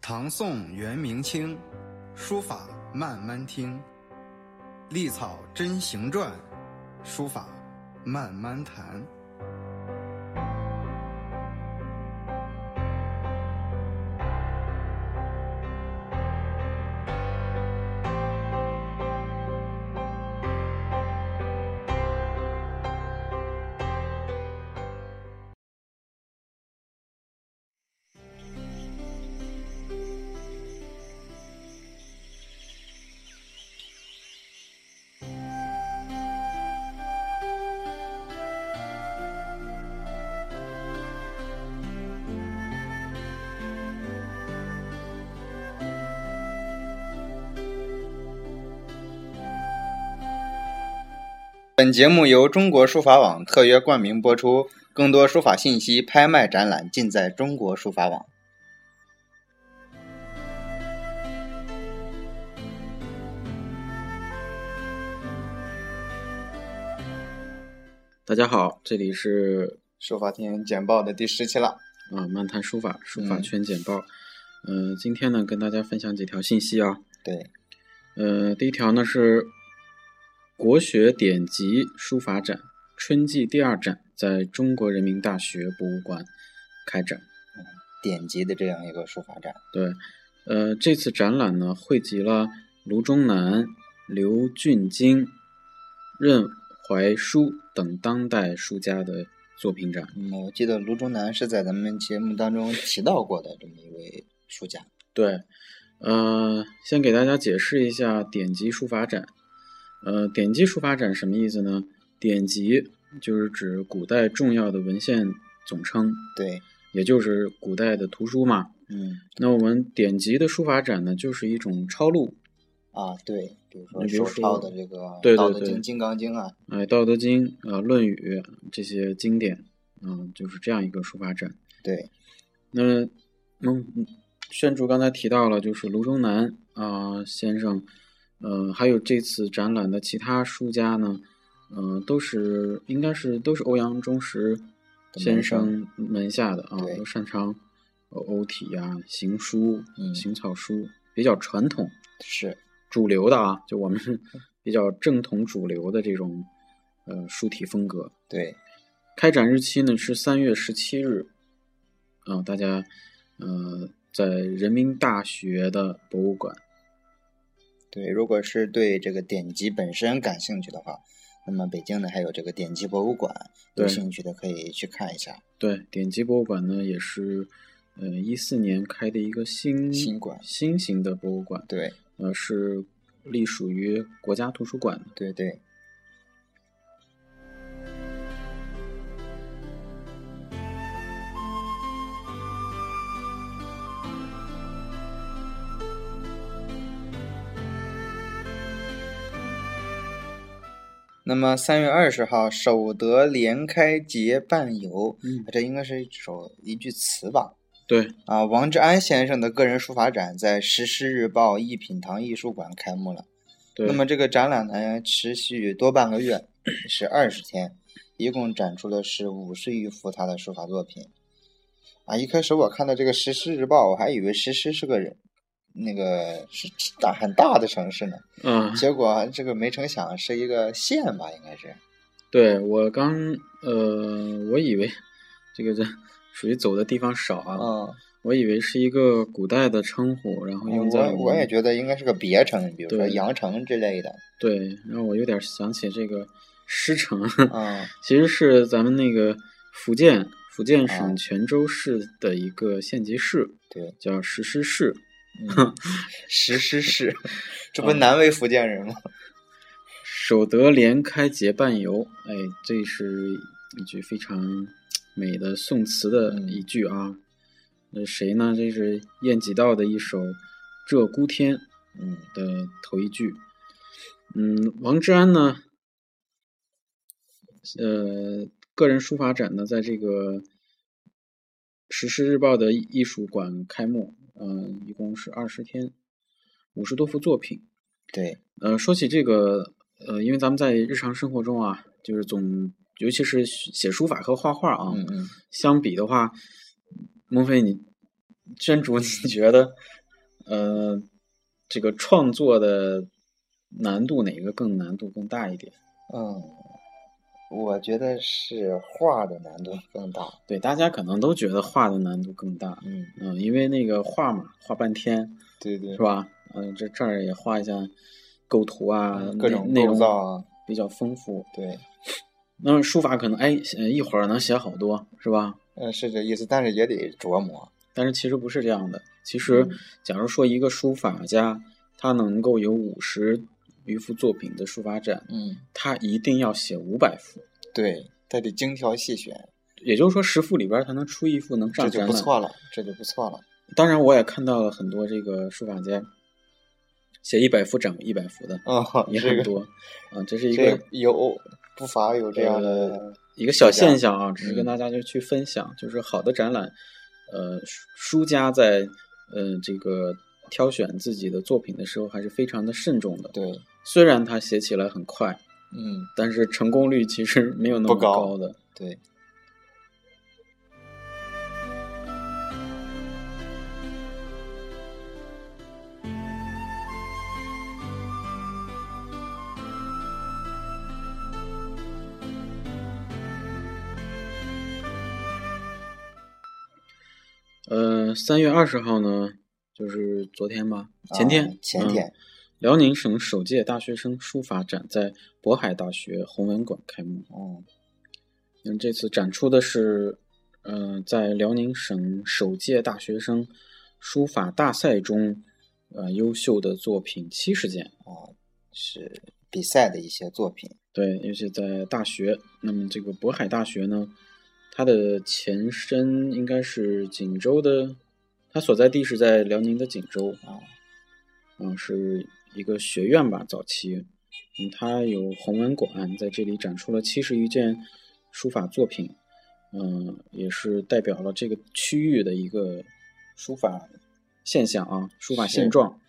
唐宋元明清，书法慢慢听。历草真行传，书法慢慢谈。本节目由中国书法网特约冠名播出，更多书法信息、拍卖、展览尽在中国书法网。大家好，这里是书法天元简报的第十期了，啊、漫谈书法书法嗯圈简报。嗯、今天呢跟大家分享几条信息啊。对，呃，第一条呢是国学典籍书法展春季第二展在中国人民大学博物馆开展。典籍的这样一个书法展，对，呃，这次展览呢，汇集了卢中南、刘俊京、任怀书等当代书家的作品展。嗯，我记得卢中南是在咱们节目当中提到过的这么一位书家，对，呃，先给大家解释一下典籍书法展。呃，典籍书法展什么意思呢？典籍就是指古代重要的文献总称，对，也就是古代的图书嘛。嗯，那我们典籍的书法展呢，就是一种抄录，啊，对，比如说你比如手说抄的这个《对对道德经》对《金刚经》啊，哎，《道德经》啊、呃，《论语》这些经典，嗯、就是这样一个书法展。对，那嗯，宣主刚才提到了，就是卢中南啊、先生，呃，还有这次展览的其他书家呢，呃，都是应该是都是欧阳中石的门先生门下的啊，对都擅长呃欧体呀、行书、嗯行草书，比较传统是，主流的啊，就我们 是比较正统主流的这种呃书体风格。对，开展日期呢是三月十七日，啊、大家呃在人民大学的博物馆，对，如果是对这个典籍本身感兴趣的话，那么北京呢还有这个典籍博物馆，有对兴趣的可以去看一下。对，典籍博物馆呢也是呃一四年开的一个新新馆新型的博物馆，对，呃是隶属于国家图书馆的。对对，那么三月二十号，守得连开结伴游，啊嗯，这应该是一首一句词吧？对，啊，王志安先生的个人书法展在《时施日报》一品堂艺术馆开幕了。对，那么这个展览呢，持续多半个月，是二十天，一共展出的是五十余幅他的书法作品。啊，一开始我看到这个《石狮日报》，我还以为石狮是个人，那个是大很大的城市呢，啊、结果这个没成想是一个县吧，应该是。对我刚呃我以为这个这属于走的地方少啊，嗯，我以为是一个古代的称呼，然后用在哦我们我也觉得应该是个别城，比如说对阳城之类的。对，让我有点想起这个师承，啊嗯， 其实是咱们那个福建福建啊省泉州市的一个县级市，对，叫石狮市。嗯石狮 市，这不难为福建人吗？守得连开结伴游，哎，这是一句非常美的宋词的嗯一句啊。那、谁呢？这是晏几道的一首《鹧鸪天》嗯，的头一句。嗯，王志安呢，呃，个人书法展呢，在这个《时事日报》的艺术馆开幕，呃，一共是二十天，五十多幅作品。对，呃，说起这个，呃，因为咱们在日常生活中啊，就是总，尤其是写写书法和画画啊，嗯嗯。相比的话，孟非你，宣主，你觉得呃，这个创作的难度哪个更难度更大一点？嗯，我觉得是画的难度更大。对，大家可能都觉得画的难度更大，嗯，嗯、因为那个画嘛，画半天对对是，吧？嗯、这这儿也画一下构图啊，嗯各内种内构容造啊，比较丰富。对，那书法可能哎，写一会儿能写好多是吧？嗯，是这意思，但是也得琢磨。但是其实不是这样的。其实嗯，假如说一个书法家，他能够有五十余幅作品的书法展，嗯，他一定要写五百幅，对，他得精挑细选，也就是说十幅里边儿才能出一幅能这上就展不览。错了，这就不错了。当然，我也看到了很多这个书法家写一百幅展一百幅的嗯，也这很个多啊，这是一这个个有不乏有这样呃的，一个小现象啊，只是嗯跟大家就去分享，就是好的展览，呃，书书家在呃这个挑选自己的作品的时候还是非常的慎重的。对，虽然他写起来很快，嗯，但是成功率其实没有那么不高的。对。呃，三月二十号呢，就是昨天吧，前天，啊前天嗯辽宁省首届大学生书法展在渤海大学弘文馆开幕。嗯嗯，这次展出的是，呃，在辽宁省首届大学生书法大赛中，呃，优秀的作品七十件。啊，是比赛的一些作品，对，尤其在大学，那么这个渤海大学呢，它的前身应该是锦州的，它所在地是在辽宁的锦州啊，嗯，是一个学院吧，早期，嗯，它有弘文馆，在这里展出了七十余件书法作品，嗯，也是代表了这个区域的一个书法现象啊，书法现是状，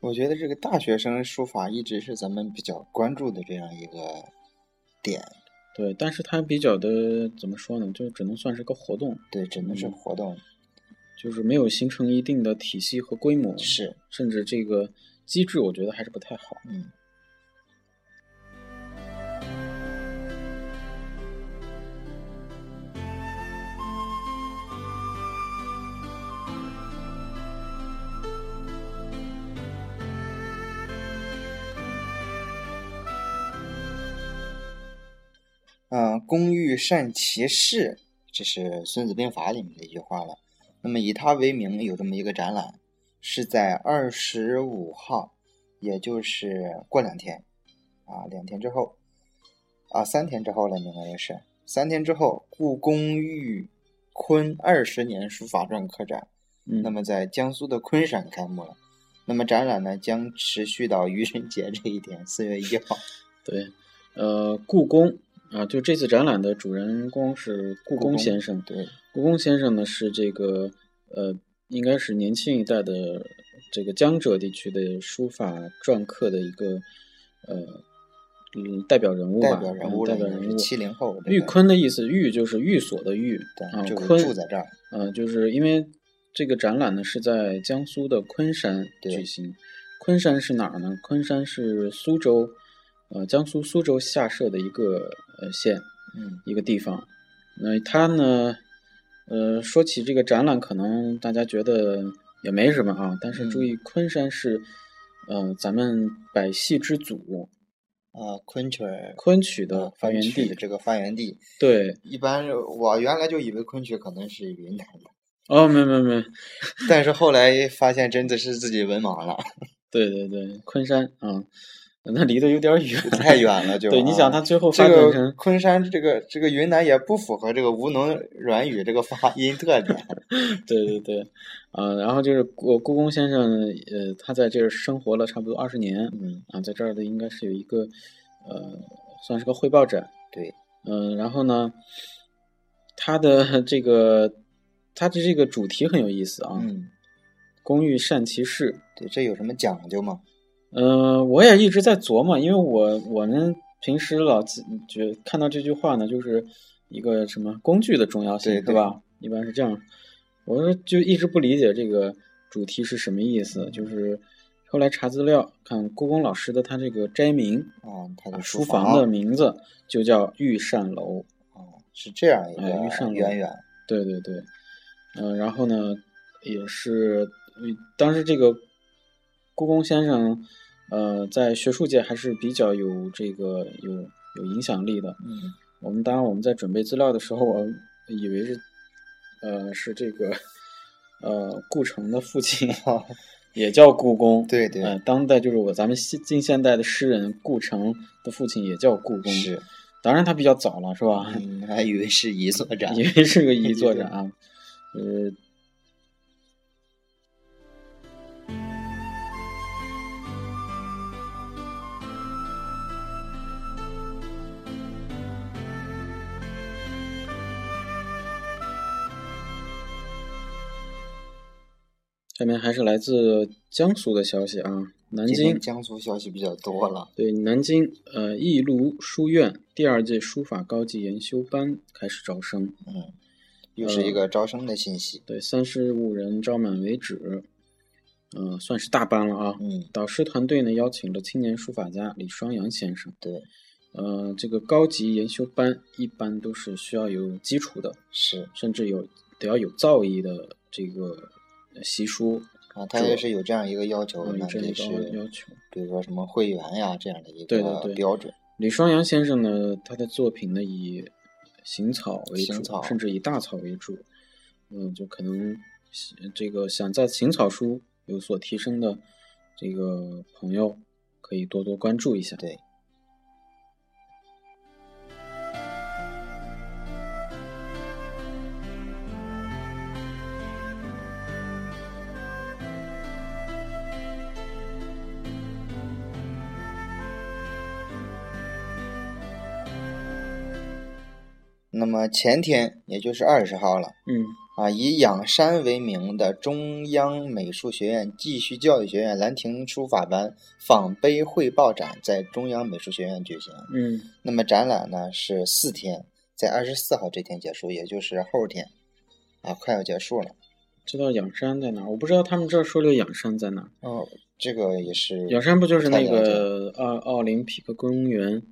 我觉得这个大学生书法一直是咱们比较关注的这样一个点，对，但是它比较的怎么说呢，就只能算是个活动，对，只能是嗯活动，就是没有形成一定的体系和规模，是，甚至这个机制，我觉得还是不太好。嗯，嗯，工欲善其事，这是《孙子兵法》里面的一句话了。那么以它为名，有这么一个展览，是在二十五号，也就是过两天，啊，两天之后，啊，三天之后了，应该是三天之后，故宫玉坤二十年书法篆刻展，嗯，那么在江苏的昆山开幕了。那么展览呢将持续到愚人节这一天，四月一号。对，呃，故宫啊、就这次展览的主人公是故故宫宫先生。对，故宫先生呢是这个呃，应该是年轻一代的这个江浙地区的书法篆刻的一个呃嗯代表人物吧，代表人物嗯代了，表应该人是物。七零后。玉，坤的意思，玉就是寓所的寓，啊对，，就是坤住在这儿。呃，就是因为这个展览呢是在江苏的昆山对举行。昆山是哪儿呢？昆山是苏州，呃，江苏苏州下设的一个呃县嗯一个地方。那它呢，呃，说起这个展览，可能大家觉得也没什么啊，但是注嗯意，昆山是呃咱们百戏之祖啊，昆曲儿昆曲的呃发源昆曲地的。这个发源地。对，一般是我原来就以为昆曲可能是云南 的，哦，没没没，但是后来发现真的是自己文 盲了，对对对，昆山啊，那离得有点远，太远了就。对，你想他啊最后发这展 成个，昆山这个这个云南也不符合这个吴侬软语这个发音特点。 对对对，啊、然后就是故故宫先生，呃，他在这儿生活了差不多二十年，嗯，啊，在这儿的应该是有一个，呃，算是个汇报展，对，嗯、然后呢，他的这个他的这个主题很有意思 啊，嗯，工欲善其事，对，这有什么讲究吗？呃，我也一直在琢磨，因为我我们平时老记觉看到这句话呢，就是一个什么工具的重要性，对是对吧？一般是这样。我说就一直不理解这个主题是什么意思。就是后来查资料，看郭光老师的他这个斋名，啊，他啊的书房房的名字就叫御膳楼。哦是这样一哎御个膳渊楼源，对对对，嗯、然后呢，也是嗯当时这个故宫先生，呃，在学术界还是比较有这个有有影响力的。嗯，我们当然我们在准备资料的时候，我以为是呃是这个呃顾城的父亲也叫故宫，哦对对呃，当代就是我咱们现近现代的诗人顾城的父亲也叫故宫，是，当然他比较早了，是吧？嗯，还以为是一座展，因为是个遗对作对展啊，呃，下面还是来自江苏的消息啊，南今京天江苏消息比较多了，对，南京呃义庐书院第二届书法高级研修班开始招生，嗯，又是一个招生的信息，对，三十五人招满为止，呃，算是大班了啊。嗯，导师团队呢邀请了青年书法家李双阳先生。对，呃，这个高级研修班一般都是需要有基础的，是甚至有得要有造诣的这个呃习书，啊，他也是有这样一个要求呃，，有哦那这得一个要是求。比如说什么会员呀这样的一对对个对标准，李双阳先生呢，他的作品呢以行草为行主，草甚至以大草为主。嗯，就可能呃这个想在行草书有所提升的这个朋友，可以多多关注一下。对那么前天，也就是二十号了嗯，啊，以仰山为名的中央美术学院继续教育学院兰亭书法班访碑汇报展在中央美术学院举行。嗯那么展览呢是四天，在二十四号这天结束，也就是后天，啊，快要结束了。知道仰山在哪儿？我不知道他们这儿说这个仰山在哪儿。哦，这个也是仰山不就是那太了解个奥奥林匹克公园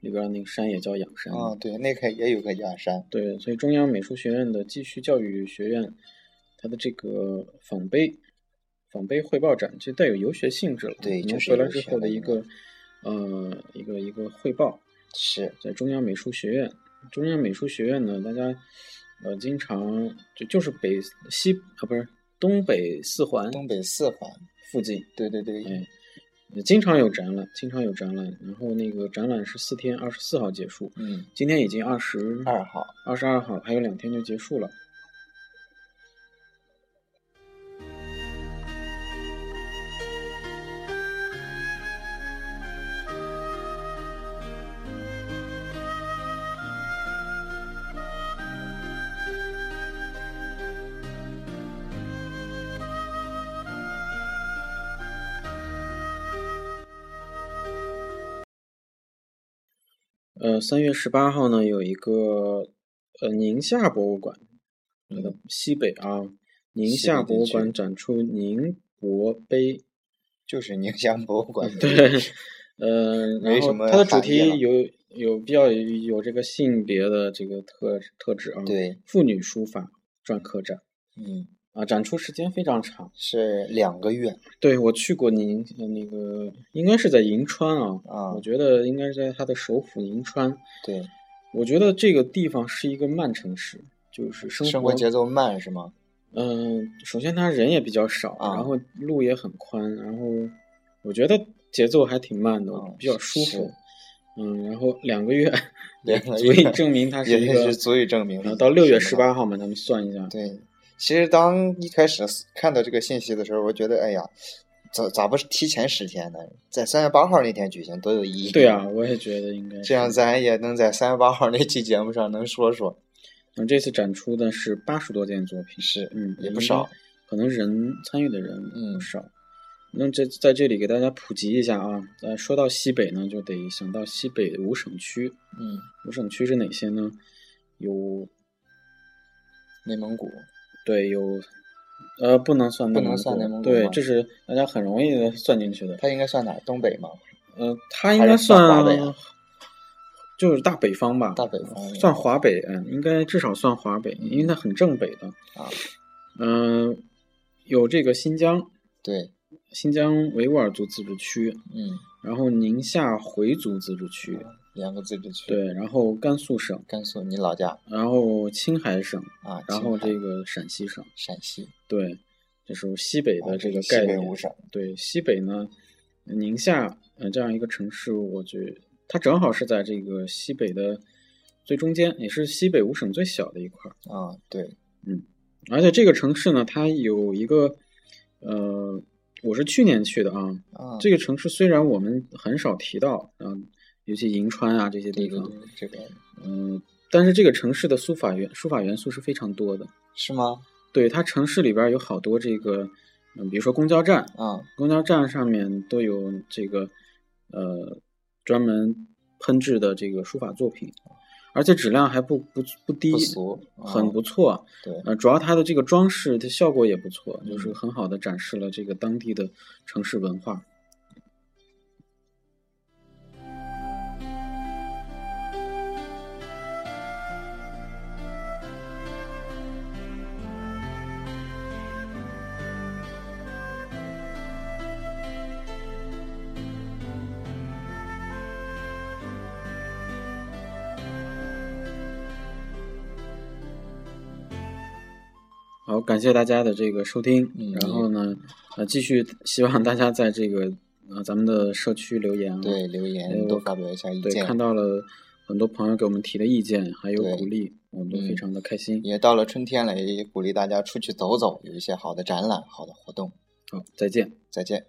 里边儿那个山也叫仰山吗？啊、对，那个也有个仰山，对，所以中央美术学院的继续教育学院，它的这个访碑、访碑汇报展，这带有游学性质了。对可就能是回来游之学后的的一一个个，呃，一个一个汇报，是在中央美术学院。中央美术学院呢，大家呃经常就就是北西啊，不是东北四环东北四环，附近，对对对，哎，也经常有展览，经常有展览。然后那个展览是四天，二十四号结束，嗯，今天已经二十二号，二十二号，还有两天就结束了。呃，三月十八号呢，有一个呃宁夏博物馆，这个嗯西北啊，宁西夏北地博物馆区展出宁伯碑，就是宁夏博物馆， 对，呃，然没什后么它的主含义了题有有比较有这个性别的这个特特质啊，，对，妇女书法篆刻展嗯，啊，展出时间非常长。是两个月对，我去过宁呃那个，应该是在银川啊，啊我，觉得应该是在它的首府银川，对，我觉得这个地方是一个慢城市，就是生活生活节奏慢是吗？嗯、首先他人也比较少，啊然后路也很宽，然后我觉得节奏还挺慢的，嗯比较舒服是。嗯，然后两个月， 两个足以月证明它是也一个是。呃足以证明然后到六月是十吗八号嘛，咱们算一下，对，其实当一开始看到这个信息的时候，我觉得，哎呀，咋咋不是提前十天呢？在三月八号那天举行多有意义。对啊，，我也觉得应该这样是。咱也能在三月八号那期节目上能说说，嗯，这次展出的是八十多件作品，是嗯，也不应该少，可能人参与的人嗯不少。那这在这里给大家普及一下啊，呃，说到西北呢，就得想到西北五省区，嗯，五省区是哪些呢？有内蒙古、对有呃，不能算内不能算内蒙古，古对吗，这是大家很容易的算进去的。它应该算哪儿？东北吗？呃，它应还该是算华算北啊就是大北方吧，大北方算华北，嗯，应该至少算华北，因为它很正北的啊。嗯、有这个新疆，对，新疆维吾尔族自治区，嗯，然后宁夏回族自治区，两个自治区。，对，然后甘肃省，甘肃你老家然后青海省，啊，然后青海这个陕西省，陕西对，这是西北啊的这个西概北念。五省，对，西北呢，宁夏呃这样一个城市，我觉得它正好是在这个西北的最中间，也是西北五省最小的一块儿。啊，对，而且这个城市呢，它有一个呃，我是去年去的啊。啊，这个城市虽然我们很少提到，嗯、尤其银川啊这些对地对方，对，这边嗯、但是这个城市的书法元书法元素是非常多的。是吗？对，它城市里边儿有好多这个，嗯、比如说公交站，啊，公交站上面都有这个呃专门喷制的这个书法作品，而且质量还不不不低，不俗，啊很不错。对，呃，主要它的这个装饰的效果也不错，就是嗯很好的展示了这个当地的城市文化。好，感谢大家的这个收听。嗯然后呢，呃，继续希望大家在这个呃咱们的社区留言啊，对，留哎言我都发表一下意对，见看。到了很多朋友给我们提的意见，还有对鼓励，我们都非嗯常的开心。也到了春天了，也鼓励大家出去走走，有一些好的展览、好的活动。好，再见。再见。